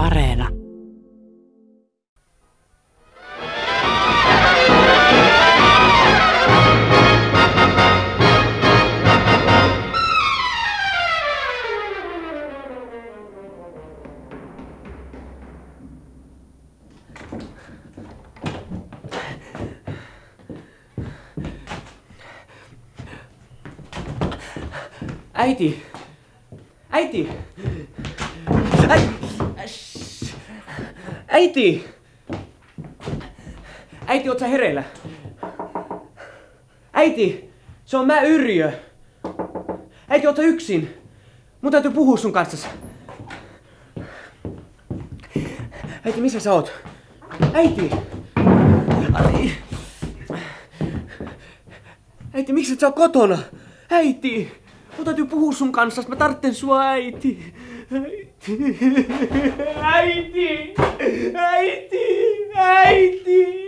Areena. Äiti! Äiti! Äi- Äiti! Äiti, oot sä hereillä? Äiti! Se on mä Yrjö! Äiti, oot sä yksin? Mun täytyy puhua sun kanssa. Äiti, missä sä oot? Äiti! Ai. Äiti, miksi et sä oo kotona? Äiti! Mun täytyy puhua sun kanssa, mä tartten sua äiti. Äiti! Äiti! Äiti! Äiti!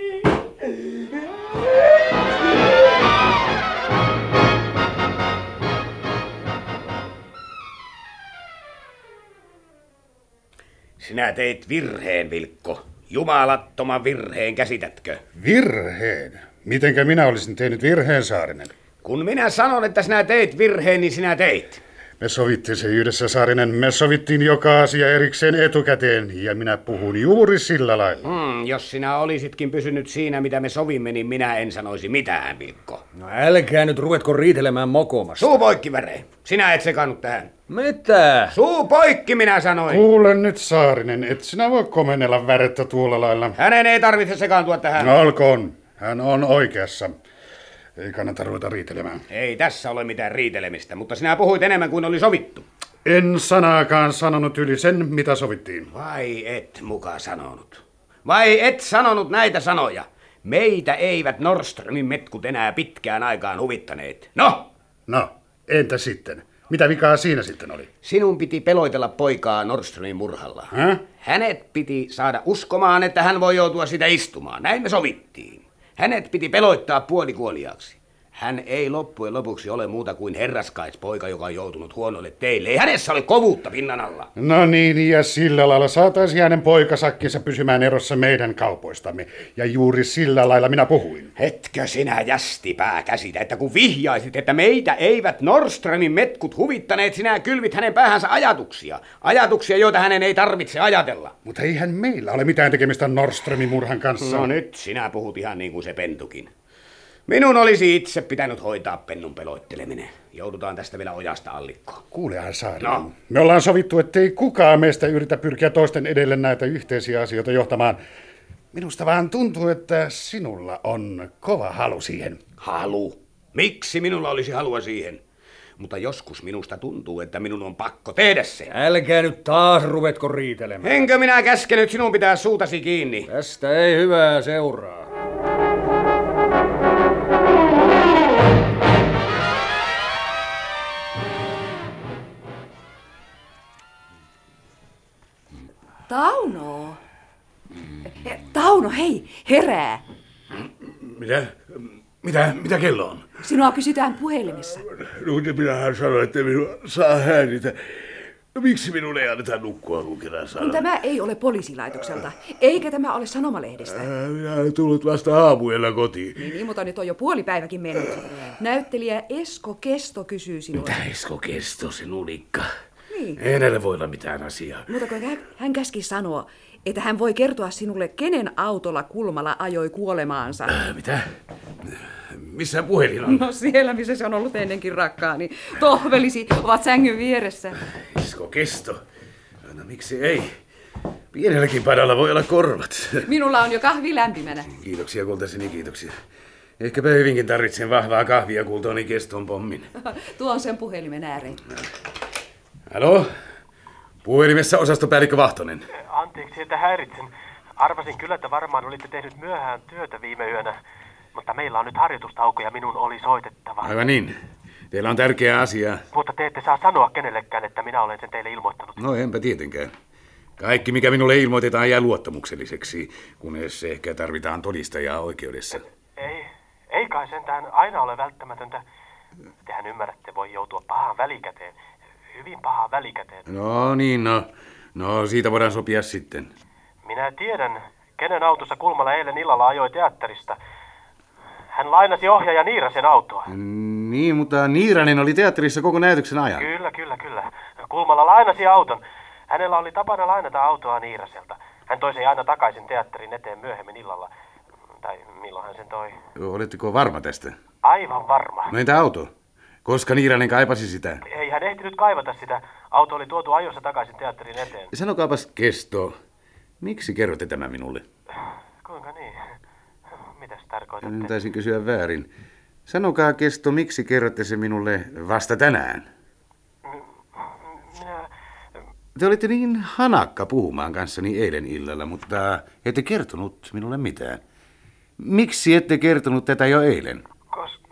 Sinä teit virheen, Vilkko. Jumalattoman virheen, käsitätkö? Virheen? Mitenkä minä olisin tehnyt virheen, Saarinen? Kun minä sanon, että sinä teit virheen, niin sinä teit. Me sovittiin se yhdessä, Saarinen. Me sovittiin joka asia erikseen etukäteen, ja minä puhun juuri sillä lailla. Hmm, jos sinä olisitkin pysynyt siinä, mitä me sovimme, niin minä en sanoisi mitään, Vilkko. No älkää nyt ruvetko riitelemään mokomassa. Suu poikki, väre. Sinä et sekannut tähän. Mitä? Suu poikki, minä sanoin. Kuule nyt, Saarinen, et sinä voi komennella värettä tuolla lailla. Hänen ei tarvitse sekaantua tähän. No olkoon, hän on oikeassa. Ei kannata ruveta riitelemään. Ei tässä ole mitään riitelemistä, mutta sinä puhuit enemmän kuin oli sovittu. En sanaakaan sanonut yli sen, mitä sovittiin. Vai et muka sanonut? Vai et sanonut näitä sanoja? Meitä eivät Norströmin metkut enää pitkään aikaan huvittaneet. No, No, entä sitten? Mitä vikaa siinä sitten oli? sinun piti peloitella poikaa Norströmin murhalla. Häh? Hänet piti saada uskomaan, että hän voi joutua sitä istumaan. Näin me sovittiin. Hänet piti peloittaa puolikuoliaksi. Hän ei loppujen lopuksi ole muuta kuin herraskaispoika, joka on joutunut huonolle teille. Ei hänessä ole kovuutta pinnan alla. No niin, ja sillä lailla saataisiin hänen poikasakkinsa pysymään erossa meidän kaupoistamme. Ja juuri sillä lailla minä puhuin. Hetkö sinä jästipää käsitä, että kun vihjaisit, että meitä eivät Norströmin metkut huvittaneet, sinä kylvit hänen päähänsä ajatuksia. Ajatuksia, joita hänen ei tarvitse ajatella. Mutta eihän meillä ole mitään tekemistä Norströmin murhan kanssa. No nyt sinä puhut ihan niin kuin se pentukin. Minun olisi itse pitänyt hoitaa pennun peloitteleminen. Joudutaan tästä vielä ojasta allikkoon. Kuulehan Saarinen. No. Me ollaan sovittu, ettei kukaan meistä yritä pyrkiä toisten edelle näitä yhteisiä asioita johtamaan. Minusta vaan tuntuu, että sinulla on kova halu siihen. Halu. Miksi minulla olisi halua siihen? Mutta joskus minusta tuntuu, että minun on pakko tehdä se. Älkää nyt taas ruvetko riitelemään. Enkö minä käskenyt sinun pitää suutasi kiinni? Tästä ei hyvää seuraa. Tauno! Tauno, hei, herää! Mitä? Mitä, mitä kello on? Sinua kysytään puhelimessa. No, niin minähän sanoin, että minua saa häiritä. No, miksi minun ei anneta nukkua, kun kerran Kun sanon? tämä ei ole poliisilaitokselta, eikä tämä ole sanomalehdestä. Ää, Äh, Minä olen tullut vasta aamuyöllä kotiin. Niin, mutta nyt on jo puoli päiväkin mennyt. Näyttelijä Esko Kesto kysyy sinua. Esko kesto sinun ikka? Niin. Ei näillä voi olla mitään asiaa. Mutta kun hän- hän käski sanoa, että hän voi kertoa sinulle, kenen autolla Kulmala ajoi kuolemaansa. Ää, Äh, Mitä? Missä puhelin on? No siellä, missä se on ollut ennenkin rakkaani. Tohvelisi ovat sängyn vieressä. Esko kesto? No miksi ei? Pienelläkin padalla voi olla korvat. Minulla on jo kahvi lämpimänä. Kiitoksia kultaseni, kiitoksia. Ehkäpä hyvinkin tarvitsen vahvaa kahvia kultoni keston pommin. Tuon sen puhelimen ääreen. Halo? Puhelimessa osastopäällikkö Vahtonen. Anteeksi, että häiritsen. Arvasin kyllä, että varmaan olitte tehnyt myöhään työtä viime yönä, mutta meillä on nyt harjoitustauko ja minun oli soitettava. Aivan niin. Teillä on tärkeää asiaa. Mutta te ette saa sanoa kenellekään, että minä olen sen teille ilmoittanut. No enpä tietenkään. Kaikki, mikä minulle ilmoitetaan, jää luottamukselliseksi, kunnes ehkä tarvitaan todistajaa oikeudessa. Ei, ei kai sentään aina ole välttämätöntä. Tehän ymmärrätte, voi joutua pahaan välikäteen. Hyvin pahaan välikäteen. No niin, no. No, siitä voidaan sopia sitten. Minä tiedän, kenen autossa Kulmala eilen illalla ajoi teatterista. Hän lainasi ohjaaja Niirasen autoa. Niin, mutta Niiranen oli teatterissa koko näytöksen ajan. Kyllä, kyllä, kyllä. Kulmala lainasi auton. Hänellä oli tapana lainata autoa Niiraselta. Hän toi sen aina takaisin teatterin eteen myöhemmin illalla. Tai milloin hän sen toi? Oletteko varma tästä? Aivan varma. No entä auto? Koska Niiranen kaipasi sitä? Ei hän ehtinyt kaivata sitä. Auto oli tuotu ajoissa takaisin teatterin eteen. Sanokaapas kesto. Miksi kerrotte tämä minulle? Kuinka niin? Mitäs tarkoitatte? Taisin kysyä väärin. Sanokaa kesto, miksi kerrotte se minulle vasta tänään? Minä... Te olitte niin hanakka puhumaan kanssani eilen illalla, mutta ette kertonut minulle mitään. Miksi ette kertonut tätä jo eilen? Kos...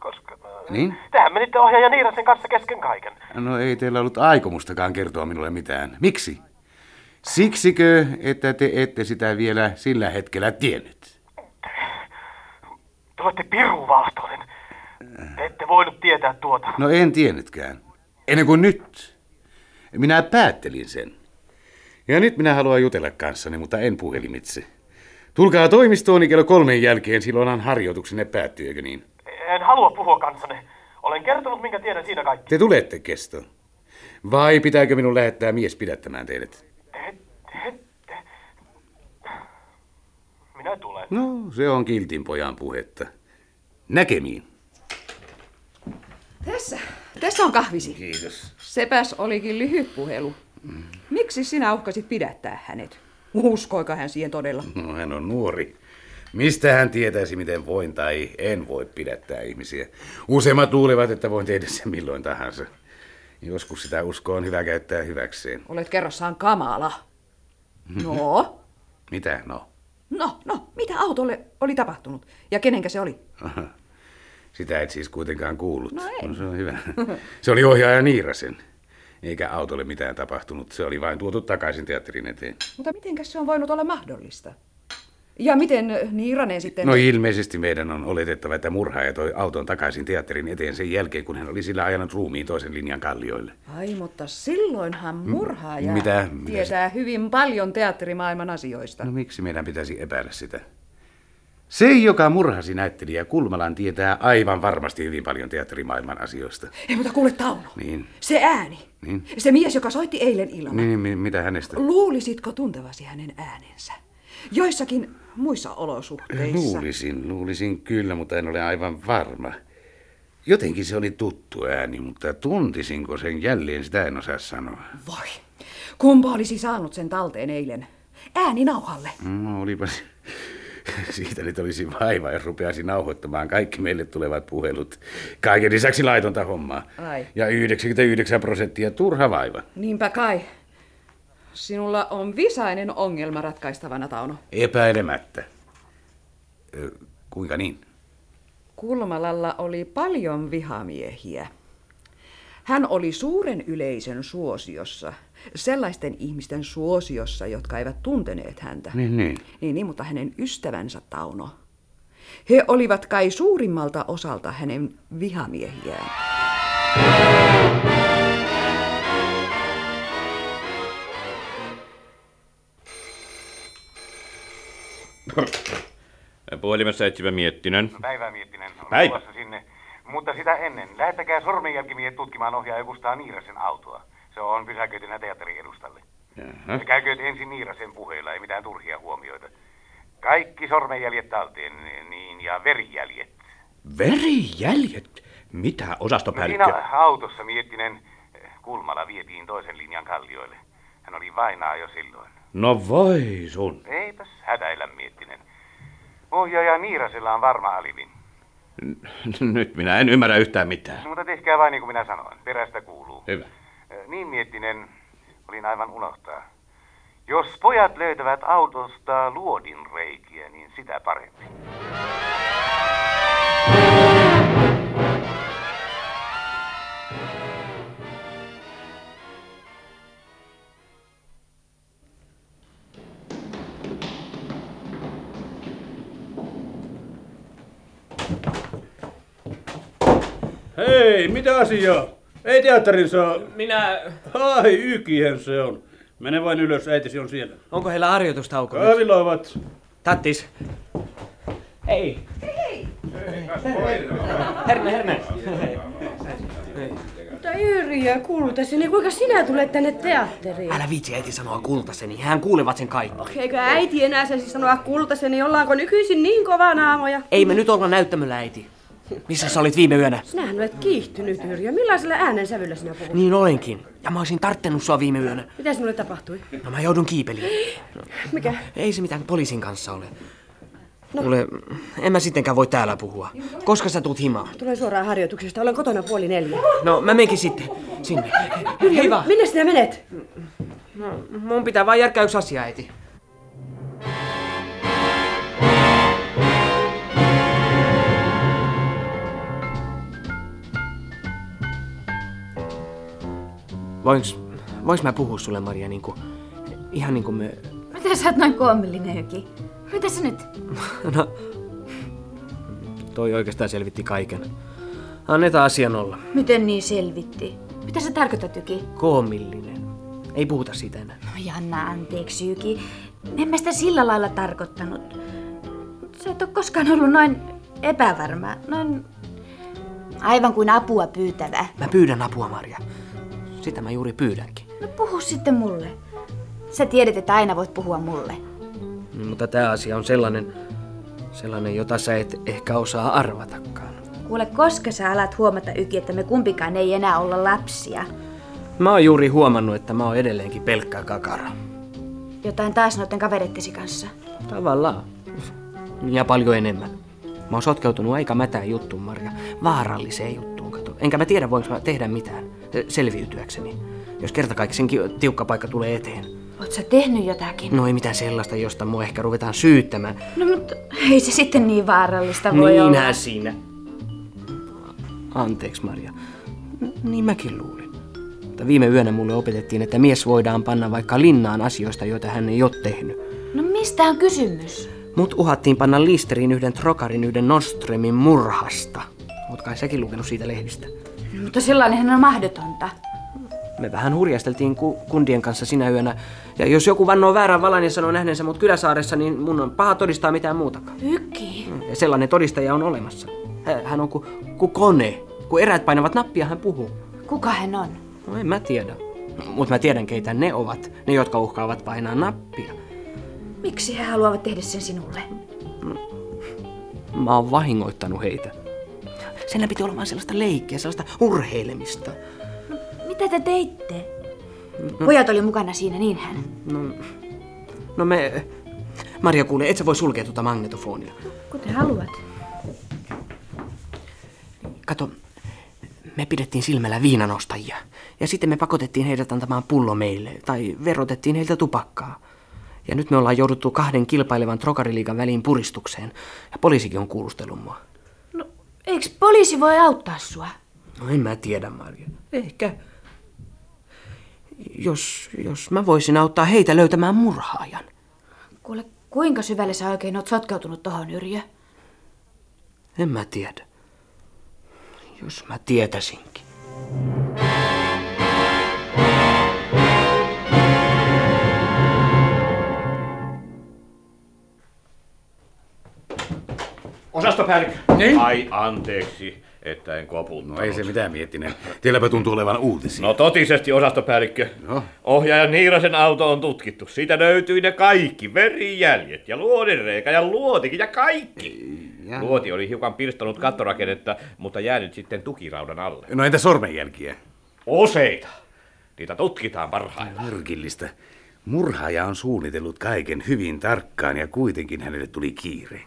Koska... Niin? Tähän menitte ohjaaja Niirasen kanssa kesken kaiken. No ei teillä ollut aikomustakaan kertoa minulle mitään. Miksi? Siksikö, että te ette sitä vielä sillä hetkellä tiennyt? Te olette pirun vaahtoinen. Te ette voinut tietää tuota. No en tiennytkään. Ennen kuin nyt. Minä päättelin sen. Ja nyt minä haluan jutella kanssanne, mutta en puhelimitse. Tulkaa toimistooni kello kolmen jälkeen, silloinhan harjoituksenne päättyy, eikö niin? En halua puhua kanssanne. Olen kertonut, minkä tiedän siinä kaikki. Te tulette, Kesto. Vai pitääkö minun lähettää mies pidättämään teidät? Te, te, te. Minä tulen. No, se on kiltin pojan puhetta. Näkemiin. Tässä, tässä on kahvisi. Kiitos. Mm. Sepäs olikin lyhyt puhelu. Miksi sinä uhkasit pidättää hänet? Uskoiko hän siihen todella? No, hän on nuori. Mistä hän tietäisi, miten voin tai en voi pidättää ihmisiä? Useimmat luulevat, että voin tehdä sen milloin tahansa. Joskus sitä uskoa on hyvä käyttää hyväkseen. Olet kerrassaan kamala. No, Mitä no? no, no, mitä autolle oli tapahtunut? Ja kenenkä se oli? Aha. Sitä et siis kuitenkaan kuullut. No ei. se on hyvä. Se oli ohjaaja Niirasen. Eikä autolle mitään tapahtunut. Se oli vain tuotu takaisin teatterin eteen. Mutta mitenkäs se on voinut olla mahdollista? Ja miten ö, Niiranen sitten... No ilmeisesti meidän on oletettava, että murhaaja toi auton takaisin teatterin eteen sen jälkeen, kun hän oli sillä ajanut ruumiin toisen linjan kallioille. Ai, mutta silloinhan murhaaja mitä- mitä tietää hyvin paljon teatterimaailman asioista. No miksi meidän pitäisi epäillä sitä? Se, joka murhasi näyttelijä Kulmalan, tietää aivan varmasti hyvin paljon teatterimaailman asioista. Ei, mutta kuule Tauno, Niin, se ääni, Niin? se mies, joka soitti eilen illalla. niin mi- mitä hänestä? Luulisitko tuntevasi hänen äänensä? Joissakin muissa olosuhteissa. Luulisin, luulisin kyllä, mutta en ole aivan varma. Jotenkin se oli tuttu ääni, mutta tuntisinko sen jälleen, sitä en osaa sanoa. Voi, kumpa olisi saanut sen talteen eilen? Ääni nauhalle. No olipa se- Siitä nyt olisi vaiva, jos rupeaisi nauhoittamaan kaikki meille tulevat puhelut. Kaiken lisäksi laitonta hommaa. Ai. Ja 99 prosenttia turha vaiva. Niinpä kai. Sinulla on visainen ongelma ratkaistavana, Tauno. Epäilemättä. Ö, kuinka niin? Kulmalalla oli paljon vihamiehiä. Hän oli suuren yleisön suosiossa, sellaisten ihmisten suosiossa, jotka eivät tunteneet häntä. Niin, niin. Niin, niin, mutta hänen ystävänsä Tauno. He olivat kai suurimmalta osalta hänen vihamiehiään. Puhelimessa etsivä Miettinen. Päivää Miettinen. Olen Päivä. tulossa sinne. Mutta sitä ennen, lähettäkää sormenjälkimiehet tutkimaan ohjaaja Kustaa Niirasen autoa. Se on pysäköitynä teatterin edustalle. Jaha. Käykööt ensin Niirasen puheilla, ei mitään turhia huomioita. Kaikki sormenjäljet talteen, niin, ja verijäljet. Verijäljet? Mitä No osastopäällikkö? siinä autossa Miettinen eh, Kulmala vietiin toisen linjan kallioille. Hän oli vainaa jo silloin. No voi sun. Eipäs hätäillä Miettinen. Ohjaaja Niirasella on varma alibi. Nyt minä en ymmärrä yhtään mitään. Mutta tehkää vain niin kuin minä sanoin. Perästä kuuluu. Hyvä. Niin miettinen, olin aivan unohtaa. Jos pojat löytävät autosta luodin reikiä, niin sitä parempi. Hei, mitä asiaa? Ei teatterin saa. Minä... Ai, ykihän se on. Mene vain ylös, äitisi on siellä. Onko heillä harjoitustauko? nyt? Kaaviloivat. Tattis. Hei. Herne, herne. Mutta Yrjö, kultaseni, kuinka sinä tulet tänne teatteriin? Älä viitsi äiti sanoa kultaseni, hän kuulevat sen kaikki. Eikö äiti enää saisi sanoa kultaseni, ollaanko nykyisin niin kova naamoja? Ei me nyt olla näyttämöllä äiti. Missä sä olit viime yönä? Sinähän olet kiihtynyt, Yrjö. Millaisella äänensävyllä sinä puhut? Niin olenkin. Ja mä olisin tarttenut sua viime yönä. Mitä sinulle tapahtui? No mä joudun kiipeliin. Mikä? Ei se mitään poliisin kanssa ole. No. Kuule, en mä sittenkään voi täällä puhua. Koska sä tuut himaan? Tulen suoraan harjoituksesta. Olen kotona puoli neljä. No, mä menkin sitten. Sinne. Hei vaan. Minne sinä menet? No, mun pitää vaan järkkää yksi asia, äiti. Voinks, voinks mä puhua sulle, Maria, niinku, ihan niinku me... Mitä sä oot noin koomillinen joki? Mitä sä nyt? No, toi oikeastaan selvitti kaiken. Annetaan asian olla. Miten niin selvitti? Mitä sä tarkoitat, Jyki? Koomillinen. Ei puhuta siitä enää. No Janna, anteeksi, Jyki. En mä sitä sillä lailla tarkoittanut. Sä et ole koskaan ollut noin epävarma, noin aivan kuin apua pyytävä. Mä pyydän apua, Maria. Sitä mä juuri pyydänkin. No puhu sitten mulle. Sä tiedät, että aina voit puhua mulle. Niin, mutta tämä asia on sellainen, sellainen, jota sä et ehkä osaa arvatakaan. Kuule, koska sä alat huomata, Yki, että me kumpikaan ei enää olla lapsia. Mä oon juuri huomannut, että mä oon edelleenkin pelkkä kakara. Jotain taas noiden kavereittesi kanssa. Tavallaan. Ja paljon enemmän. Mä oon sotkeutunut aika mätään juttuun, Maria. Vaaralliseen juttuun, kato. Enkä mä tiedä, voinko mä tehdä mitään eh, selviytyäkseni. Jos kertakaikkisenkin tiukka paikka tulee eteen. Oot sä tehnyt jotakin? No ei mitään sellaista, josta mua ehkä ruvetaan syyttämään. No mutta ei se sitten niin vaarallista voi olla. Niinhän siinä. Anteeksi, Maria. N- Niin mäkin luulin. Mutta viime yönä mulle opetettiin, että mies voidaan panna vaikka linnaan asioista, joita hän ei ole tehnyt. No mistä on kysymys? Mut uhattiin panna listeriin yhden trokarin yhden Nostremin murhasta. Oot kai säkin lukenut siitä lehdistä. No, mutta sellainenhan on mahdotonta. Me vähän hurjasteltiin ku- kundien kanssa sinä yönä. Ja jos joku vannoo väärän valan ja sanoo nähneensä mut Kyläsaaressa, niin mun on paha todistaa mitään muutakaan. Mm, Yki. Ja sellainen todistaja on olemassa. Hä- Hän on ku, ku kone. Kun eräät painavat nappia, hän puhuu. Kuka hän on? No en mä tiedä. Mut mä tiedän, keitä ne ovat. Ne, jotka uhkaavat painaa nappia. Miksi he haluavat tehdä sen sinulle? Mä oon vahingoittanut heitä. Sen piti olla vaan sellaista leikkiä, sellaista urheilemista. Mitä te teitte? Pojat oli mukana siinä, niin niinhän. No, no me... Maria kuule, et sä voi sulkea tuota magnetofonia. Kuten haluat. Kato, me pidettiin silmällä viinanostajia. Ja sitten me pakotettiin heidät antamaan pullo meille, tai verotettiin heiltä tupakkaa. Ja nyt me ollaan jouduttu kahden kilpailevan trokariliigan väliin puristukseen, ja poliisikin on kuulustellut mua. Eiks poliisi voi auttaa sua? No en mä tiedä, Maria. Ehkä. Jos, jos mä voisin auttaa heitä löytämään murhaajan. Kuule, kuinka syvälle sä oikein oot sotkeutunut tohon, Yrjö? En mä tiedä. Jos mä tietäisinkin. Osastopäällikkö. Niin? Ai anteeksi, että en koputtanut. No ei se mitään miettinen. Teilläpä tuntuu olevan uutisia. No totisesti osastopäällikkö. No. Ohjaaja Niirasen auto on tutkittu. Siitä löytyi ne kaikki. Verijäljet ja luodinreikä ja luotikin ja kaikki. Ja. Luoti oli hiukan pirstanut kattorakennetta, mutta jäänyt sitten tukiraudan alle. No entä sormenjälkiä? Useita. Niitä tutkitaan parhaillaan. Myrkillistä. No, Murhaaja on suunnitellut kaiken hyvin tarkkaan ja kuitenkin hänelle tuli kiire.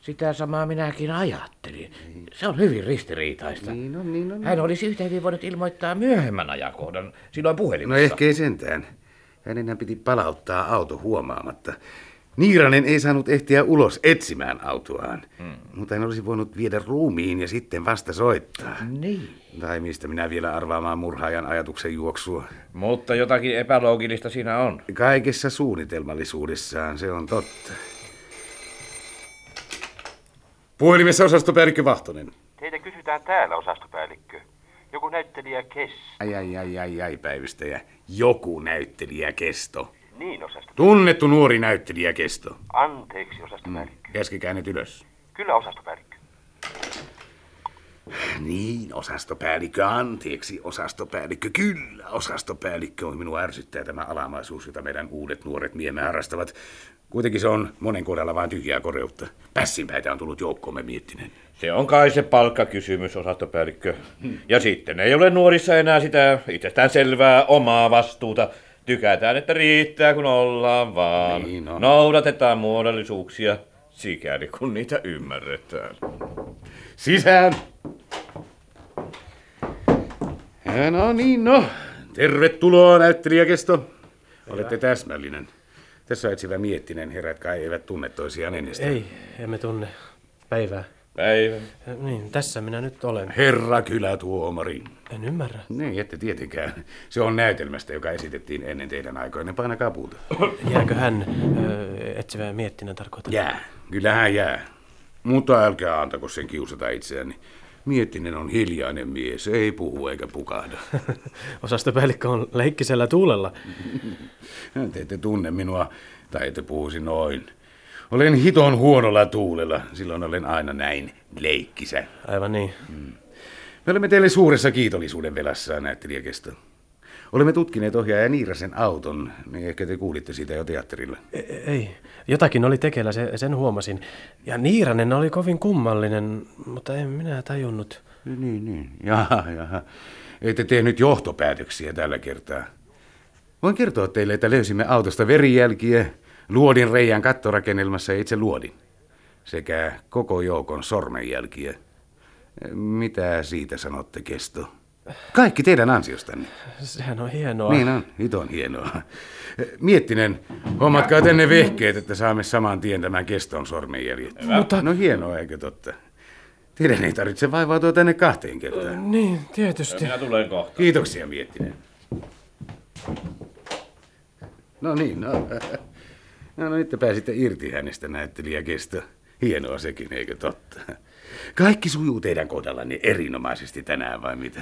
Sitä samaa minäkin ajattelin. Se on hyvin ristiriitaista. Niin on, niin on. Hän olisi yhtä hyvin voinut ilmoittaa myöhemmän ajankohdan, silloin No puhelimessa. ehkä ei sentään. Hänenhän piti palauttaa auto huomaamatta. Niiranen ei saanut ehtiä ulos etsimään autoaan, mm. mutta hän olisi voinut viedä ruumiin ja sitten vasta soittaa. Niin. Tai mistä minä vielä arvaamaan murhaajan ajatuksen juoksua. Mutta jotakin epäloogillista siinä on. Kaikessa suunnitelmallisuudessaan, se on totta. Puhelimessa osastopäällikkö Vahtonen. Teitä kysytään täällä, osastopäällikkö. Joku näyttelijä kes. Ai, ai, ai, ai, ai, päivystäjä. Joku näyttelijä kesto. Niin osasto. Tunnettu nuori näyttelijä kesto. Anteeksi osastopäällikkö. Käskikää nyt ylös. Kyllä osastopäällikkö. Niin, osastopäällikkö, anteeksi, osastopäällikkö, kyllä, osastopäällikkö on minua ärsyttää tämä alamaisuus, jota meidän uudet nuoret miemme harrastavat. Kuitenkin se on monen kohdalla vain tyhjää koreutta. Pässinpäitä on tullut joukkoomme miettinen. Se on kai se palkkakysymys, osastopäällikkö. Ja sitten ei ole nuorissa enää sitä itsestään selvää omaa vastuuta. Tykätään, että riittää kun ollaan vaan. Niin on. Noudatetaan muodollisuuksia, sikäli kun niitä ymmärretään. Sisään! Ja no niin, no. Tervetuloa, näyttelijäkesto. Olette täsmällinen. Tässä etsivä miettinen herrat kai eivät tunne toisiaan ennestään. Ei, emme tunne. Päivää. Päivä. Niin, tässä minä nyt olen. Herra kylä tuomari. En ymmärrä. Niin, ette tietenkään. Se on näytelmästä, joka esitettiin ennen teidän aikoinen. Painakaa puuta. Jääkö hän ö, etsivää miettinen tarkoittaa? Jää. Kyllähän jää. Mutta älkää antako sen kiusata itseäni. Miettinen on hiljainen mies, ei puhu eikä pukahda. Osastopäällikkö on leikkisellä tuulella. Te ette tunne minua, tai ette puhuisi noin. Olen hiton huonolla tuulella, silloin olen aina näin leikkisä. Mm. Aivan niin. Me olemme teille suuressa kiitollisuuden velassa, näyttelijäkesto. Olemme tutkineet ohjaaja Niirasen auton, niin ehkä te kuulitte siitä jo teatterilla. E- Ei. Jotakin oli tekeillä, se, sen huomasin. Ja Niiranen oli kovin kummallinen, mutta en minä tajunnut. Niin, niin. Jaha, jaha. Ette tehnyt johtopäätöksiä tällä kertaa. Voin kertoa teille, että löysimme autosta verijälkiä, luodin reijän kattorakennelmassa ja itse luodin. Sekä koko joukon sormenjälkiä. Mitä siitä sanotte, Kesto? Kaikki teidän ansiostanne. Sehän on hienoa. Niin on, nyt on hienoa. Miettinen, hommatkaa tänne vehkeet, että saamme saman tien tämän keston sormenjäljet. Mutta- No hienoa, eikö totta? Teidän ei tarvitse vaivautua tänne kahteen kertaan. Niin, tietysti. Minä tulen kohta. Kiitoksia, Miettinen. No niin, no. No, no nyt te pääsitte irti hänestä, näyttelijäkesto. Hienoa sekin, eikö totta? Kaikki sujuu teidän kohdallanne erinomaisesti tänään, vai mitä?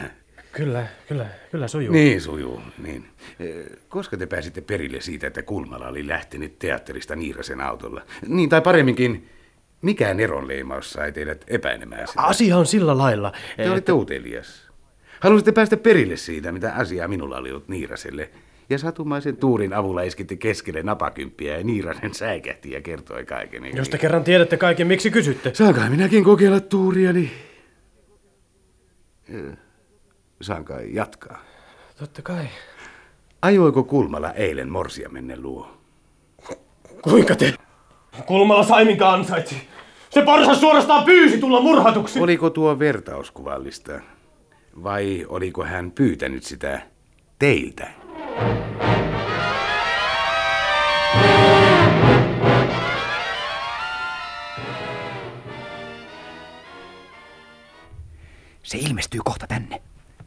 Kyllä, kyllä, kyllä sujuu. Niin sujuu, niin. Eh, Koska te pääsitte perille siitä, että Kulmala oli lähtenyt teatterista Niirasen autolla? Niin, tai paremminkin, mikään eronleimaus sai teidät epäilemään sitä? Asia on sillä lailla. Te olitte utelias. Halusitte päästä perille siitä, mitä asiaa minulla oli ollut Niiraselle. Ja satumaisen tuurin avulla iskitte keskelle napakymppiä ja Niirasen säikähti ja kertoi kaiken. eikö Jos te niin? kerran tiedätte kaiken, miksi kysytte? Saankai minäkin kokeilla tuuriani? Ö, Saan kai jatkaa. Totta kai. Ajoiko Kulmala eilen morsiamenne luo? Kuinka te? Kulmala sai minkä ansaitsi. Se porsas suorastaan pyysi tulla murhatuksi. Oliko tuo vertaus kuvallista? Vai oliko hän pyytänyt sitä teiltä? Se ilmestyy kohta tänne.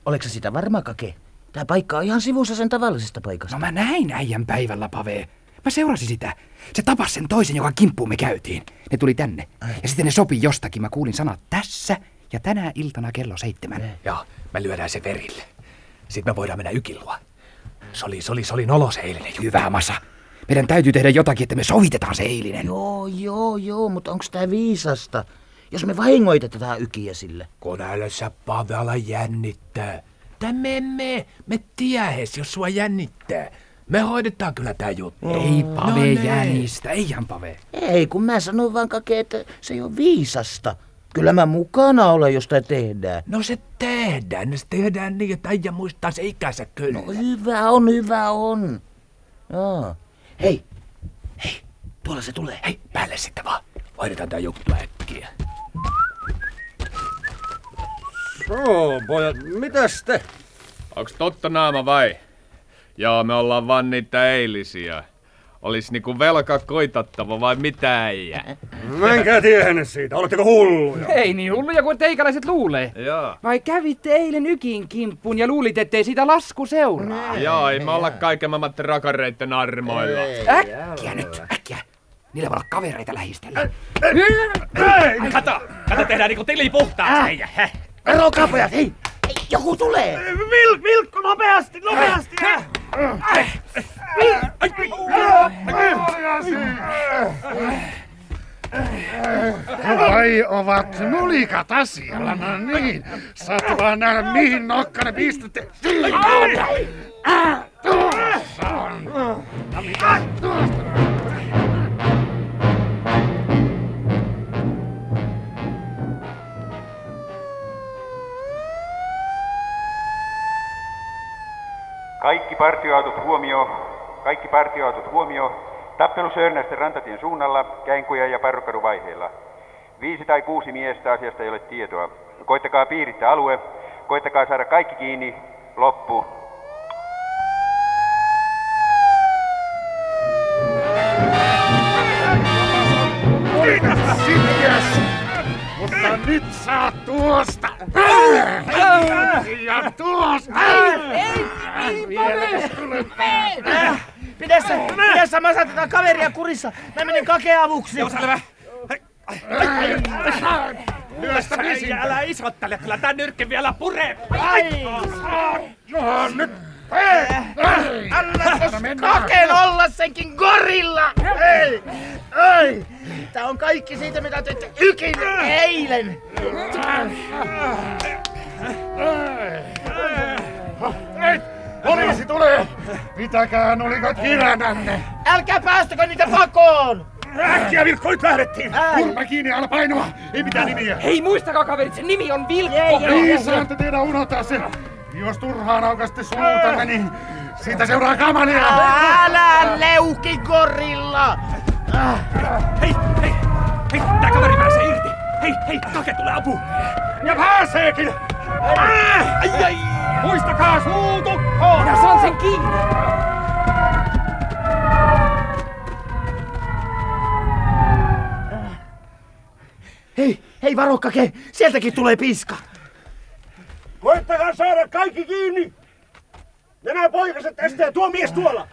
Oletko sä sitä varma, Kake? Tää paikka on ihan sivussa sen tavallisesta paikasta. No mä näin äijän päivällä, Pave. Mä seurasin sitä. Se tapasi sen toisen, joka kimppuun me käytiin. Ne tuli tänne. Ja sitten ne sopi jostakin. Mä kuulin sanat tässä ja tänä iltana kello seitsemän. Joo, mä lyödään se verille. Sitten me voidaan mennä ykilua. Se oli, se oli, se oli nolo se eilinen juttu. Hyvä, Masa. Meidän täytyy tehdä jotakin, että me sovitetaan se eilinen. Joo, joo, joo, mutta onko tää viisasta? Jos me vahingoitetaan ykiä sille. Kun älä sä Pavela jännittää. Tää me emme, me tiehes, jos sua jännittää. Me hoidetaan kyllä tää juttu. Ei Pave No niin. jännistä, eihän Pave. Ei, kun mä sanon vaan Kake, että se ei ole viisasta. Kyllä mä mukana olen, jos tää tehdään. No se tehdään, se tehdään niin, että äijä muistaa se ikänsä kyllä. No hyvä on, hyvä on. Joo. Hei, hei, tuolla se tulee. Hei, Päälle sitten vaan. Hoidetaan tää juttu äkkiä. Joo, pojat, mitäs te? Onks totta naama vai? Joo, me ollaan vaan niitä eilisiä. Olis niinku velka koitattava vai mitä äijä? Mä enkä tiennyt siitä, oletteko hulluja? Ei niin hulluja kuin teikäläiset luulee. Joo. Vai kävitte eilen ykin kimppuun ja luulit, ettei sitä lasku seuraa? Joo, ei me olla kaiken maailman rakareitten armoilla. Äkkiä nyt, äkkiä. Niillä voi olla kavereita lähistöllä. Kato, kato tehdään niinku tili puhtaasti. Äh. Ero kapojat, hei! Joku tulee! Vil, Vilkku, nopeasti, nopeasti! Vai ovat nulikat asialla, no niin. Saat vaan nähdä, mihin nokkanne pistätte. Tuossa on. No mitä? Tuosta. Kaikki partioautot huomio, kaikki partioautot huomio. Tappelu Sörnästen rantatien suunnalla, Käinkuja ja Parrukadun vaiheilla. Viisi tai kuusi miestä asiasta ei ole tietoa. Koittakaa piirittää alue, koittakaa saada kaikki kiinni, loppu. Kiitos sinäs! Mutta nyt saa tuosta! Ja tuosta! Ei, ei, ei, Pidä sä, pidä sä masat tätä kaveria kurissa. Mä menen kakeavuksi. Joo, selvä. Lyöstä pisin. Älä isottele, kyllä tää nyrkki vielä puree. Ai! No nyt! Äh, Anna tos kaken olla senkin gorilla! Ei! Ei! Tää on kaikki siitä, mitä teitte ykin eilen! Ei, Poliisi tulee! Pitäkää nulikat kirjananne! Älkää päästäkö niitä pakoon! Äkkiä vilkkoit lähdettiin! Kurma kiinni, ala painoa! Ei mitään nimiä! Hei, muistakaa kaverit, sen nimi on Vilkko! Niin, saatte tehdä unohtaa se! Jos turhaan aukaste suutanne, niin siitä seuraa kamalia! Älä leuki gorilla! Ah. Hei, hei, hei, tää kaveri pääsee irti! Hei, hei, kake tulee apu! Ja pääseekin! Ah. Ai, ai, Muistakaa suu tukkoon! Minä saan sen kiinni! Hei, hei varo kake, sieltäkin tulee piiska! Koittakaa saada kaikki kiinni! Nämä poikaset tästä ja tuo mies tuolla!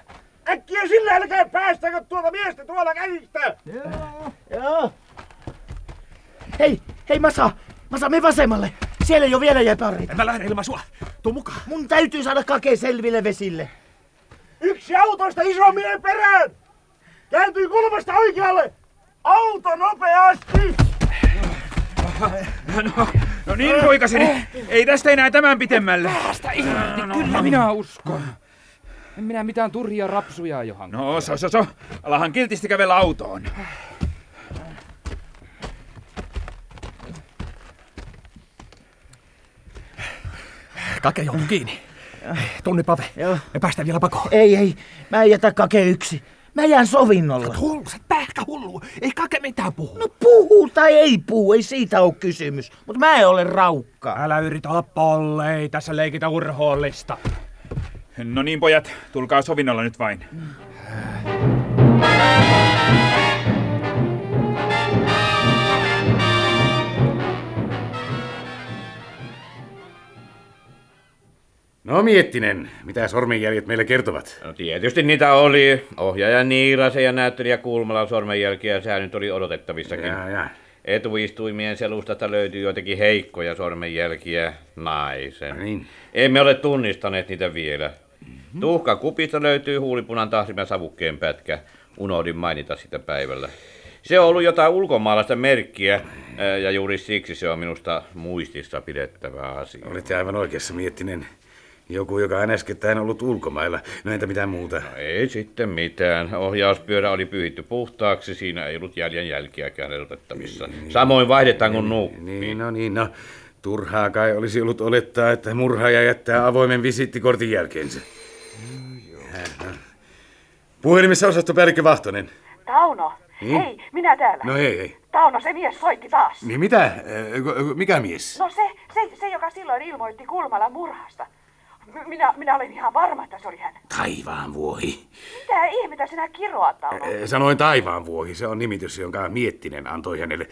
Äkkiä sillä älkää päästäkö tuota miestä tuolla käsistä! Joo, joo. Hei, hei Masa, Masa me vasemmalle. Siellä ei ole vielä jäparita. En mä lähde ilman sua. Tuu mukaan. Mun täytyy saada kake selville vesille. Yksi autoista iso miehen perään! Kääntyy kulmasta oikealle! Auto nopeasti! No, no niin, poikaseni. Ei tästä enää tämän pitemmälle. Päästä irti, kyllä minä uskon. En minä mitään turhia rapsuja johan. No, so, so, so. Alahan kiltisti kävellä autoon. Kake joutuu kiinni. Tunni Pave. Joo. Me päästään vielä pakoon. Ei, ei. Mä en jätä kake yksi. Mä jään sovinnolla. Sä hullu, sä pähkä hullu. Ei kake mitään puhu. No puhuu tai ei puhu, ei siitä ole kysymys. Mutta mä en ole raukka. Älä yritä olla polle, ei tässä leikitä urhoollista. No niin pojat, tulkaa sovinnolla nyt vain. No miettinen, mitä sormenjäljet meille kertovat? No tietysti niitä oli. Ohjaaja Niirasen ja näyttelijä Kulmalan sormenjälkiä, sehän nyt oli odotettavissakin. Jaa, jaa. Etuistuimien selustasta löytyy joitakin heikkoja sormenjälkiä naisen. Niin. Mhm. Emme ole tunnistaneet niitä vielä. Mm-hmm. Tuhka kupista löytyy huulipunan tahrimen savukkeen pätkä. Unohdin mainita sitä päivällä. Se on ollut jotain ulkomaalaista merkkiä, ää, ja juuri siksi se on minusta muistissa pidettävä asia. Olette aivan oikeassa miettinen. Joku, joka on äskettäin ollut ulkomailla. No entä mitään muuta? No ei sitten mitään. Ohjauspyörä oli pyyhitty puhtaaksi, siinä ei ollut jäljen jälkiäkään erotettavissa. Samoin vaihdetaan kuin nuukku. Niin, no niin, no. Turhaa kai olisi ollut olettaa, että murhaaja jättää avoimen visittikortin jälkeensä. Jaha. Puhelimessa osastopäällikkö Vahtonen. Tauno, Niin? hei, minä täällä. No ei, ei. Tauno, se mies soitti taas. Niin mitä? Ö, ko- Mikä mies? No se, se, se joka silloin ilmoitti Kulmalan murhasta. M- minä, minä olin ihan varma, että se oli hän. Taivaan vuohi. Mitä ihmettä sinä kiroat, Tauno? Ö, Sanoin taivaan vuohi. Se on nimitys, jonka Miettinen antoi hänelle.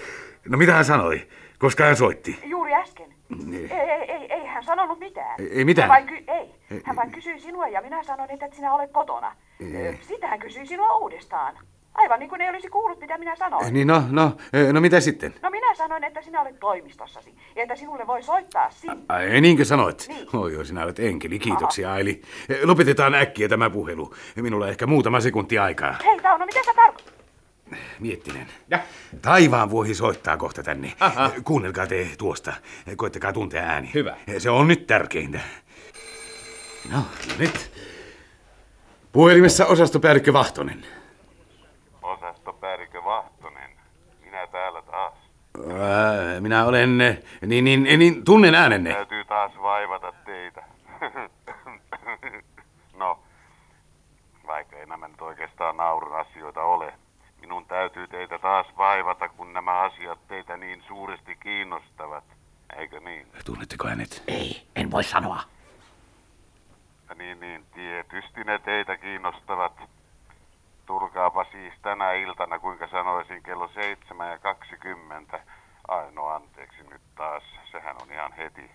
No mitä hän sanoi? Koska hän soitti. Juuri äsken. Ei, ei, ei, ei hän sanonut mitään. Niin. Ei- ei mitään? Hän vain, ky- ei. Hän vain kysyi sinua ja minä sanoin, että et sinä olet kotona. Ei. Sitä hän kysyi sinua uudestaan. Aivan niin kuin ei olisi kuullut, mitä minä sanoin. Niin no, no, ö, no mitä sitten? No minä sanoin, että sinä olet toimistossasi ja että sinulle voi soittaa sinne. Ai, niinkö sanoit? Niin. Oi, joo, sinä olet enkeli. Kiitoksia, Aili. Eh, Lopetetaan äkkiä tämä puhelu. Minulla on ehkä muutama sekunti aikaa. Hei Tauno, mitä sä tarkoitat? Miettinen. Ja? Taivaan vuohi soittaa kohta tänne. Aha. Kuunnelkaa te tuosta. Koittakaa tuntea ääni. Hyvä. Se on nyt tärkeintä. No, nyt. Puhelimessa osastopäällikkö Vahtonen. Osastopäällikkö Vahtonen. Minä täällä taas. Ää, Minä olen, eh, niin, niin, niin tunnen äänenne. Täytyy taas vaivata teitä. no, vaikka ei nämä nyt oikeastaan naurun asioita ole, minun täytyy teitä taas vaivata, kun nämä asiat teitä niin suuresti kiinnostavat. Eikö niin? Tunnetteko hänet? Ei, en voi sanoa. Ja Niin, niin, tietysti ne teitä kiinnostavat. Tulkaapa siis tänä iltana, kuinka sanoisin, kello 7 ja 20. Ai no anteeksi nyt taas, sehän on ihan heti.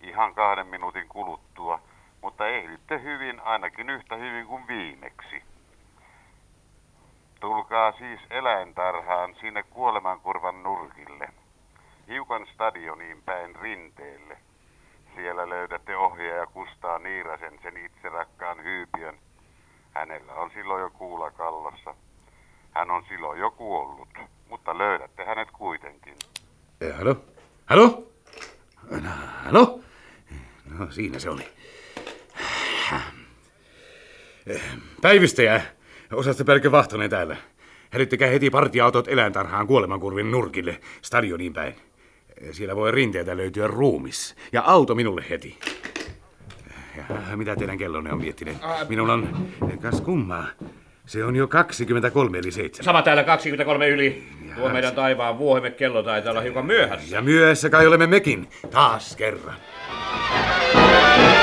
Ihan kahden minuutin kuluttua, mutta ehditte hyvin, ainakin yhtä hyvin kuin viimeksi. Tulkaa siis eläintarhaan sinne kuolemankurvan nurkille. Hiukan stadioniin päin rinteelle. Siellä löydätte ohjaaja Kustaa Niirasen, sen itse rakkaan hyypiön. Hänellä on silloin jo kuula kallossa. Hän on silloin jo kuollut, mutta löydätte hänet kuitenkin. Eh, Halo? Halo? No, halo? No, siinä se oli. Eh, Päivystäjä, osastopäällikkö Vahtonen täällä. Hälyttäkää heti partiautot eläintarhaan kuolemankurvin nurkille, stadioniin päin. Eh, Siellä voi rinteeltä löytyä ruumis. Ja auto minulle heti. Eh, Ja, äh, mitä teidän kellonne on miettineet? Minulla on... eh, Kas kummaa. Se on jo 23 eli 7. Sama täällä 23 yli. Tuo meidän taivaan vuohimme kello taitaa olla hiukan myöhässä. Ja myöhässä kai olemme mekin. Taas kerran.